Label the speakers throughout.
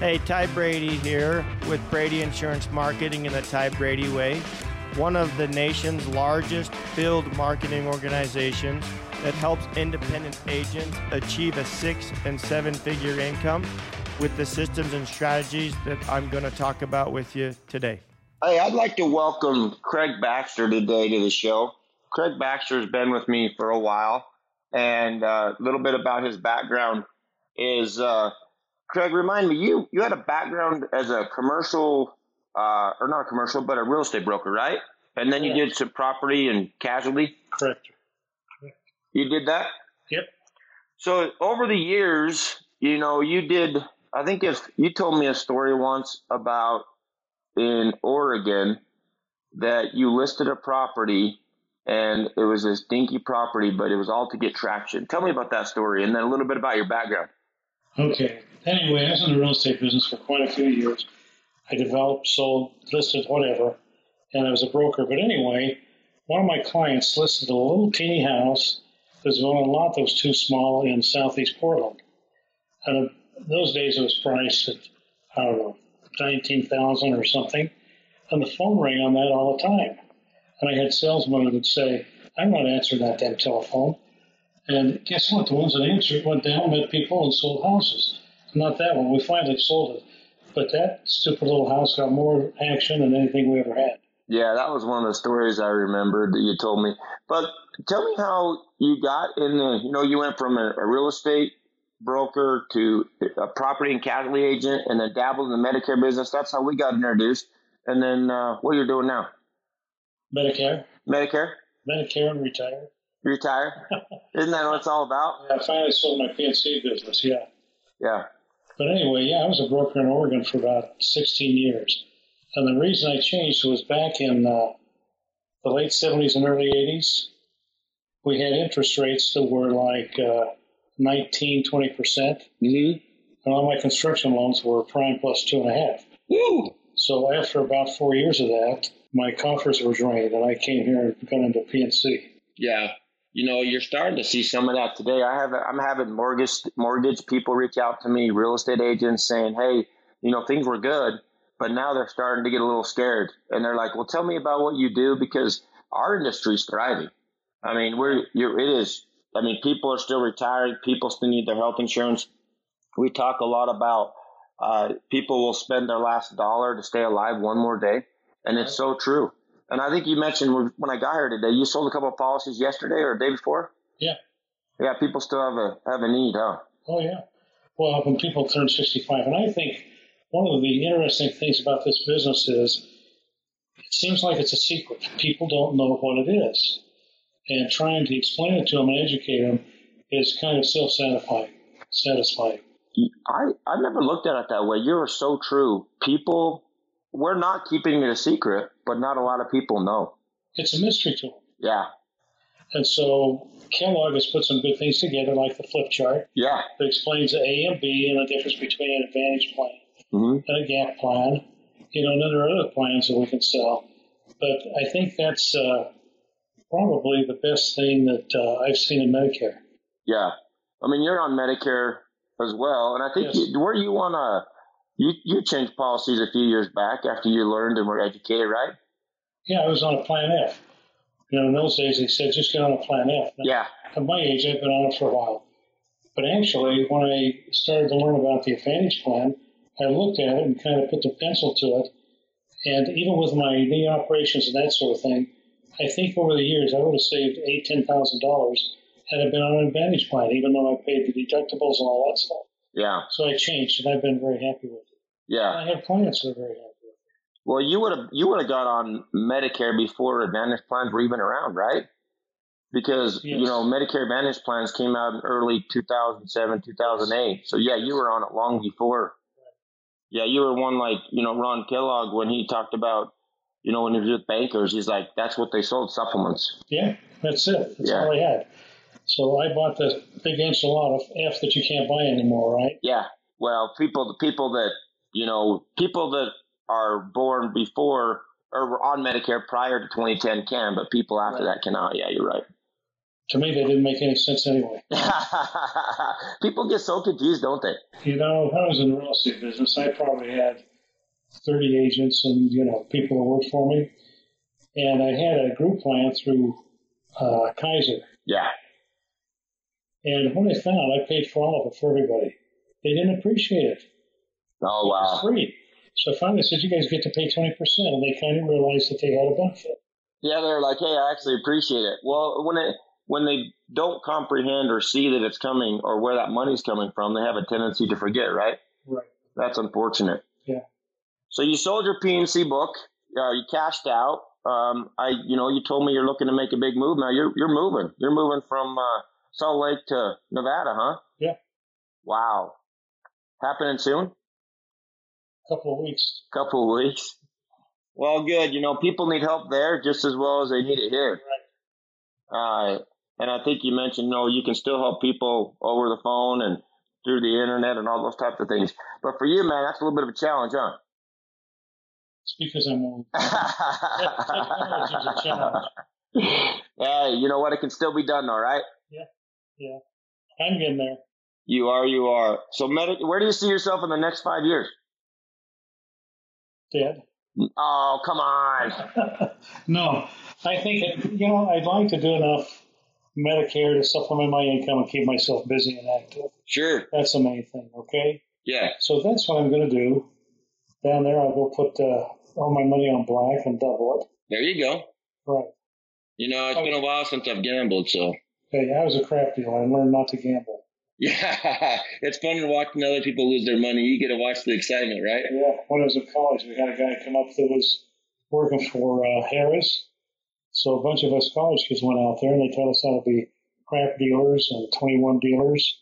Speaker 1: Hey, Ty Brady here with Brady Insurance Marketing in the Ty Brady Way, one of the nation's largest field marketing organizations that helps independent agents achieve a six and seven figure income with the systems and strategies that I'm going to talk about with you today.
Speaker 2: Hey, I'd like to welcome Craig Baxter today to the show. Craig Baxter's been with me for a while, and a uh, little bit about his background is uh, Craig. Remind me, you you had a background as a commercial, uh, or not a commercial, but a real estate broker, right? And then you
Speaker 3: Yeah.
Speaker 2: did some property and casualty.
Speaker 3: Correct.
Speaker 2: You did that.
Speaker 3: Yep.
Speaker 2: So over the years, you know, you did. I think if you told me a story once about in Oregon that you listed a property and it was this dinky property, but it was all to get traction. Tell me about that story and then a little bit about your background.
Speaker 3: Okay. Anyway, I was in the real estate business for quite a few years. I developed, sold, listed, whatever, and I was a broker. But anyway, one of my clients listed a little teeny house that was on a lot that was too small in southeast Portland. And in those days, it was priced at, I don't know, 19000 or something. And the phone rang on that all the time. And I had salesmen who would say, I'm not answering that damn telephone. And guess what? The ones that answered went down, met people, and sold houses. Not that one. We finally sold it. But that stupid little house got more action than anything we ever had.
Speaker 2: Yeah, that was one of the stories I remembered that you told me. But tell me how you got in the, you know, you went from a, a real estate broker to a property and casualty agent and then dabbled in the Medicare business. That's how we got introduced. And then uh, what you're doing now?
Speaker 3: Medicare,
Speaker 2: Medicare?
Speaker 3: Medicare, and retire.
Speaker 2: You retire? Isn't that what it's all about?
Speaker 3: I finally sold my PNC business, yeah.
Speaker 2: Yeah.
Speaker 3: But anyway, yeah, I was a broker in Oregon for about 16 years. And the reason I changed was back in uh, the late 70s and early 80s, we had interest rates that were like uh, 19, 20%.
Speaker 2: Mm-hmm.
Speaker 3: And all my construction loans were prime plus two and a half.
Speaker 2: Woo!
Speaker 3: So after about four years of that, my coffers were drained, and I came here and got into PNC.
Speaker 2: Yeah. You know, you're starting to see some of that today. I have I'm having mortgage mortgage people reach out to me, real estate agents saying, "Hey, you know, things were good, but now they're starting to get a little scared." And they're like, "Well, tell me about what you do because our industry's thriving." I mean, we're you're, it is. I mean, people are still retired. People still need their health insurance. We talk a lot about uh, people will spend their last dollar to stay alive one more day, and it's so true. And I think you mentioned when I got here today, you sold a couple of policies yesterday or the day before.
Speaker 3: Yeah.
Speaker 2: Yeah, people still have a have a need, huh?
Speaker 3: Oh, yeah. Well, when people turn 65, and I think one of the interesting things about this business is it seems like it's a secret. People don't know what it is. And trying to explain it to them and educate them is kind of self satisfying. Satisfying.
Speaker 2: I I never looked at it that way. You're so true. People, we're not keeping it a secret, but not a lot of people know.
Speaker 3: It's a mystery to them.
Speaker 2: Yeah,
Speaker 3: And so Kellogg has put some good things together, like the flip chart.
Speaker 2: yeah.
Speaker 3: that explains A and B and the difference between an advantage plan
Speaker 2: hmm
Speaker 3: and a gap plan. You know, and then there are other plans that we can sell. But I think that's uh, probably the best thing that uh, I've seen in Medicare.
Speaker 2: Yeah. I mean, you're on Medicare as well, and I think
Speaker 3: Yes.
Speaker 2: you, were you on a you you changed policies a few years back after you learned and were educated, right?
Speaker 3: Yeah, I was on a plan F. You know, in those days they said just get on a plan F. Now,
Speaker 2: Yeah.
Speaker 3: At my age, I've been on it for a while. But actually, when I started to learn about the advantage plan, I looked at it and kind of put the pencil to it. And even with my knee operations and that sort of thing, I think over the years I would have saved eight, ten thousand dollars had I been on an advantage plan, even though I paid the deductibles and all that stuff.
Speaker 2: Yeah.
Speaker 3: So I changed, and I've been very happy with it.
Speaker 2: Yeah.
Speaker 3: I have clients who are very happy with it.
Speaker 2: Well, you would have you would have got on Medicare before Advantage plans were even around, right? Because you
Speaker 3: Yes.
Speaker 2: know Medicare Advantage plans came out in early 2007, 2008. So yeah, you were on it long before. Yeah, you were one like you know Ron Kellogg when he talked about you know when he was with bankers, he's like that's what they sold supplements.
Speaker 3: Yeah, that's it. That's
Speaker 2: Yeah.
Speaker 3: all I had. So I bought the big enchilada F that you can't buy anymore, right?
Speaker 2: Yeah. Well, people the people that you know people that are born before or were on Medicare prior to 2010 can, but people after
Speaker 3: Right.
Speaker 2: that cannot. Yeah, you're right.
Speaker 3: to me, they didn't make any sense anyway.
Speaker 2: People get so confused, don't they?
Speaker 3: You know, when I was in the real estate business, I probably had 30 agents and, you know, people who worked for me. And I had a group plan through uh, Kaiser.
Speaker 2: Yeah.
Speaker 3: And when I found out I paid for all of it for everybody, they didn't appreciate it.
Speaker 2: Oh wow.
Speaker 3: It's free. So finally I said, you guys get to pay 20%. And they kind of realized that they had a benefit.
Speaker 2: Yeah, they're like, hey, I actually appreciate it. Well, when it when they don't comprehend or see that it's coming or where that money's coming from, they have a tendency to forget, right?
Speaker 3: Right.
Speaker 2: That's unfortunate.
Speaker 3: Yeah.
Speaker 2: So you sold your PNC book. Uh, you cashed out. Um, I, you know, you told me you're looking to make a big move. Now you're you're moving. You're moving from uh, Salt Lake to Nevada, huh?
Speaker 3: Yeah.
Speaker 2: Wow. Happening soon.
Speaker 3: A couple of weeks.
Speaker 2: Couple of weeks. Well, good. You know, people need help there just as well as they need it here. Uh, and I think you mentioned, no, you can still help people over the phone and through the internet and all those types of things. But for you, man, that's a little bit of a challenge, huh?
Speaker 3: It's because I'm old. Technology is a challenge.
Speaker 2: hey, you know what? It can still be done, all right?
Speaker 3: I'm getting there.
Speaker 2: You are, you are. So, medic, where do you see yourself in the next five years?
Speaker 3: Dead.
Speaker 2: Oh, come on.
Speaker 3: no, I think, you know, I'd like to do enough Medicare to supplement my income and keep myself busy and active.
Speaker 2: Sure.
Speaker 3: That's the main thing, okay?
Speaker 2: Yeah.
Speaker 3: So that's what I'm going to do. Down there, I'll go put uh, all my money on black and double
Speaker 2: There you go.
Speaker 3: it. Right.
Speaker 2: You know, it's been a while since I've gambled, so.
Speaker 3: Hey, I was a crap dealer. I learned not to gamble.
Speaker 2: Yeah. It's fun watching other people lose their money. You get to watch the excitement, right?
Speaker 3: Yeah, when I was in college, we had a guy come up that was working for uh, Harris. So a bunch of us college kids went out there, and they taught us how to be crap dealers and 21 dealers.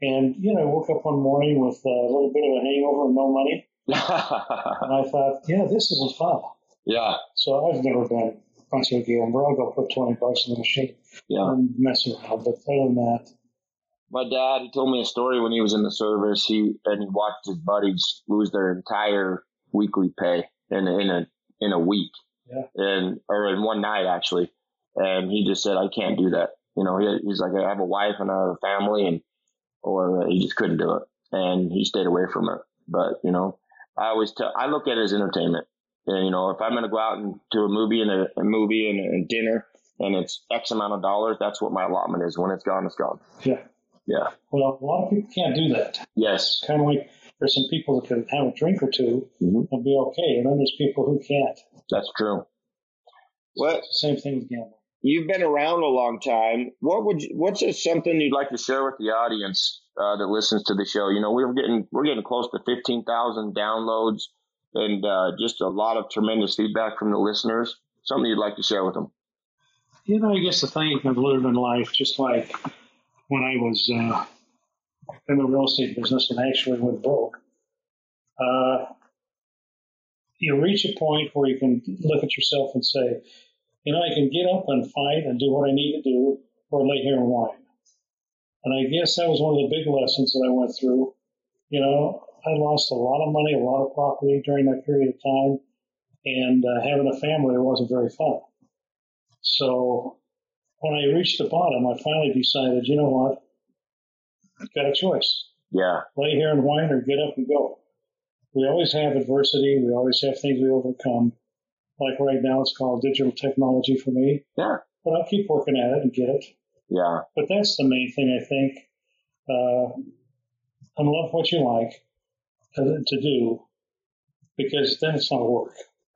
Speaker 3: And you know, I woke up one morning with a little bit of a hangover and no money, and I thought, yeah, this isn't fun.
Speaker 2: yeah.
Speaker 3: So I've never been much of a gambler. I'll go put 20 bucks in the machine
Speaker 2: Yeah.
Speaker 3: and mess around. But other than that,
Speaker 2: My dad, he told me a story when he was in the service. He and he watched his buddies lose their entire weekly pay in a, in a in a week,
Speaker 3: Yeah.
Speaker 2: and or in one night actually. And he just said, "I can't do that." You know, he, he's like, "I have a wife and I have a family," and or uh, he just couldn't do it, and he stayed away from it. But you know, I always tell, I look at it as entertainment. And, you know, if I'm going to go out and do a movie and a, a movie and a, and dinner, and it's X amount of dollars, that's what my allotment is. When it's gone, it's gone.
Speaker 3: yeah.
Speaker 2: Yeah.
Speaker 3: Well, a lot of people can't do that.
Speaker 2: Yes.
Speaker 3: It's kind of like there's some people that can have a drink or two
Speaker 2: Mhm.
Speaker 3: and be okay, and then there's people who can't.
Speaker 2: That's true. What
Speaker 3: It's the same thing with gambling.
Speaker 2: you've been around a long time. What would you, what's a, something you'd like to share with the audience uh, that listens to the show? You know, we're getting we're getting close to fifteen thousand downloads, and uh, just a lot of tremendous feedback from the listeners. Something you'd like to share with them?
Speaker 3: You know, I guess the thing I've learned in life, just like when I was uh, in the real estate business and actually went broke, uh, you reach a point where you can look at yourself and say, you know, I can get up and fight and do what I need to do, or lay here and whine. And I guess that was one of the big lessons that I went through. You know, I lost a lot of money, a lot of property during that period of time, and uh, having a family wasn't very fun. So when I reached the bottom, I finally decided, you know what? I've got a choice.
Speaker 2: Yeah.
Speaker 3: Lay here and whine or get up and go. We always have adversity. We always have things we overcome. Like right now, it's called digital technology for me.
Speaker 2: Yeah.
Speaker 3: But I'll keep working at it and get it.
Speaker 2: Yeah.
Speaker 3: But that's the main thing, I think. Uh, and love what you like to, to do because then it's not work.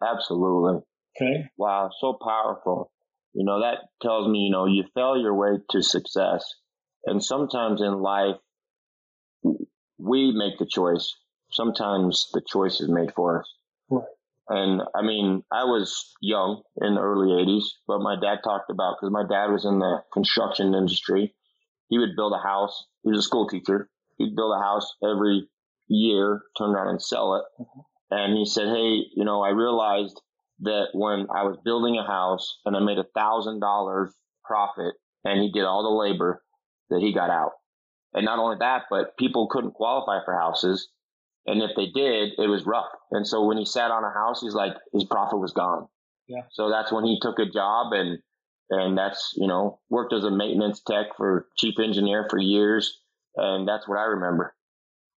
Speaker 2: Absolutely.
Speaker 3: Okay?
Speaker 2: Wow, so powerful. You know, that tells me, you know, you fell your way to success. And sometimes in life, we make the choice. Sometimes the choice is made for us.
Speaker 3: Right.
Speaker 2: And I mean, I was young in the early 80s, but my dad talked about because my dad was in the construction industry. He would build a house. He was a school teacher. He'd build a house every year, turn around and sell it. And he said, Hey, you know, I realized that when I was building a house and I made a thousand dollars profit and he did all the labor that he got out. And not only that, but people couldn't qualify for houses. And if they did, it was rough. And so when he sat on a house, he's like, his profit was gone.
Speaker 3: Yeah.
Speaker 2: So that's when he took a job and and that's you know worked as a maintenance tech for chief engineer for years, and that's what I remember.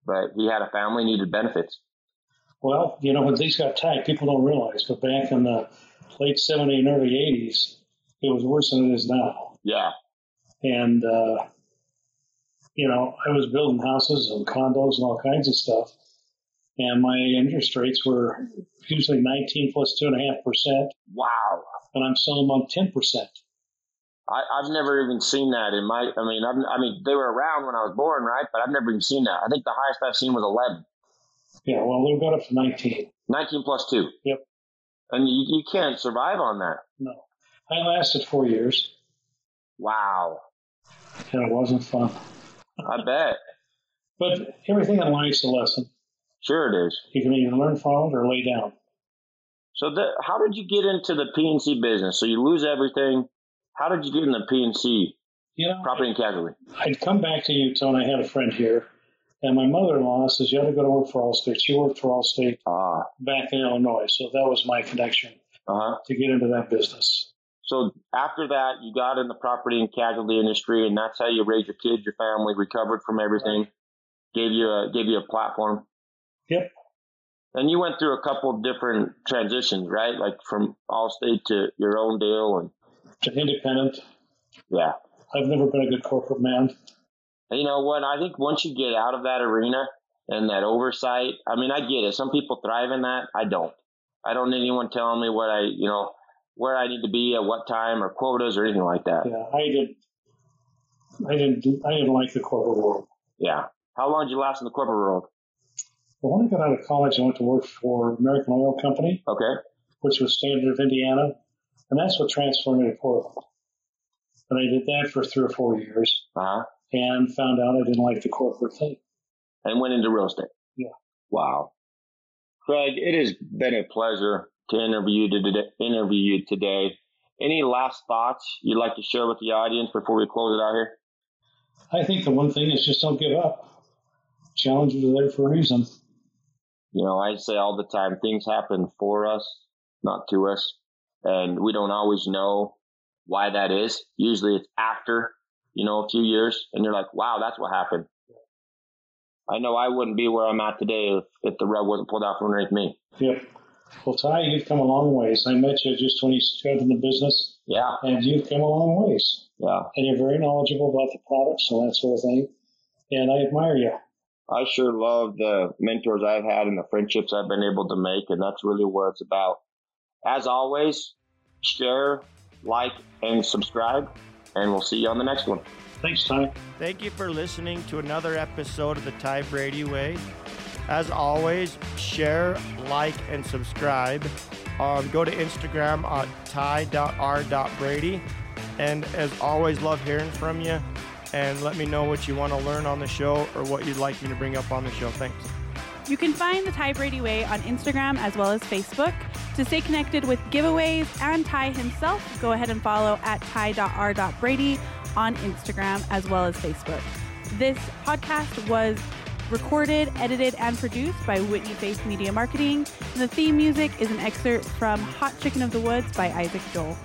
Speaker 2: But he had a family, needed benefits.
Speaker 3: Well, you know, when these got tight, people don't realize, but back in the late 70s and early 80s, it was worse than it is now.
Speaker 2: Yeah,
Speaker 3: And, uh, you know, I was building houses and condos and all kinds of stuff. And my interest rates were usually 19 plus 2.5%,
Speaker 2: wow.
Speaker 3: and I'm selling them on 10%.
Speaker 2: I, I've never even seen that in my. I mean, I've, I mean, they were around when I was born, right? But I've never even seen that. I think the highest I've seen was 11,
Speaker 3: Yeah, well, we got it for 19.
Speaker 2: 19 plus two.
Speaker 3: Yep.
Speaker 2: And you, you can't survive on that.
Speaker 3: No. I lasted four years,
Speaker 2: Wow.
Speaker 3: and it wasn't fun.
Speaker 2: I bet.
Speaker 3: But everything in life's a lesson.
Speaker 2: Sure it is.
Speaker 3: You can either learn from it or lay down.
Speaker 2: So the, how did you get into the PNC business? So you lose everything. How did you get in the PNC
Speaker 3: You know,
Speaker 2: property and casualty?
Speaker 3: I'd come back to Utah and I had a friend here, and my mother in law says, You ought to go to work for Allstate. She worked for Allstate
Speaker 2: Ah,
Speaker 3: back in Illinois, so that was my connection
Speaker 2: uh huh.
Speaker 3: to get into that business.
Speaker 2: So after that, you got in the property and casualty industry, and that's how you raised your kids, your family, recovered from everything, gave you a gave you a platform.
Speaker 3: Yep.
Speaker 2: And you went through a couple of different transitions, right? Like from Allstate to your own deal, and
Speaker 3: To independent.
Speaker 2: yeah.
Speaker 3: I've never been a good corporate man.
Speaker 2: You know what? I think once you get out of that arena and that oversight, I mean, I get it. Some people thrive in that. I don't. I don't need anyone telling me what I, you know, where I need to be at what time or quotas or anything like that.
Speaker 3: Yeah, I didn't. I didn't. I didn't like the corporate world.
Speaker 2: Yeah. How long did you last in the corporate world?
Speaker 3: But when I got out of college, I went to work for American Oil Company,
Speaker 2: Okay.
Speaker 3: which was Standard of Indiana, and that's what transformed me to Portland. And I did that for three or four years,
Speaker 2: Uh huh.
Speaker 3: and found out I didn't like the corporate thing.
Speaker 2: And went into real estate.
Speaker 3: Yeah.
Speaker 2: Wow. Craig, it has been a pleasure to interview you today. Interview you today. Any last thoughts you'd like to share with the audience before we close it out here?
Speaker 3: I think the one thing is just don't give up. Challenges are there for a reason.
Speaker 2: You know, I say all the time, things happen for us, not to us. And we don't always know why that is. Usually it's after, you know, a few years and you're like, wow, that's what happened. I know I wouldn't be where I'm at today if, if the rug wasn't pulled out from underneath me.
Speaker 3: Yep. Well, Ty, you've come a long ways. I met you just when you started in the business,
Speaker 2: Yeah.
Speaker 3: and you've come a long ways.
Speaker 2: Yeah.
Speaker 3: And you're very knowledgeable about the products and that sort of thing. And I admire you.
Speaker 2: I sure love the mentors I've had and the friendships I've been able to make, and that's really what it's about. As always, share, like, and subscribe, and we'll see you on the next one.
Speaker 3: Thanks, Ty.
Speaker 1: Thank you for listening to another episode of the Ty Brady Way. As always, share, like, and subscribe. Um, go to Instagram at ty.r.brady. And as always, love hearing from you. And let me know what you want to learn on the show or what you'd like me to bring up on the show. Thanks.
Speaker 4: You can find the Ty Brady Way on Instagram as well as Facebook. To stay connected with giveaways and Ty himself, go ahead and follow at ty.r.brady on Instagram as well as Facebook. This podcast was recorded, edited, and produced by Whitney Face Media Marketing. The theme music is an excerpt from Hot Chicken of the Woods by Isaac Joel.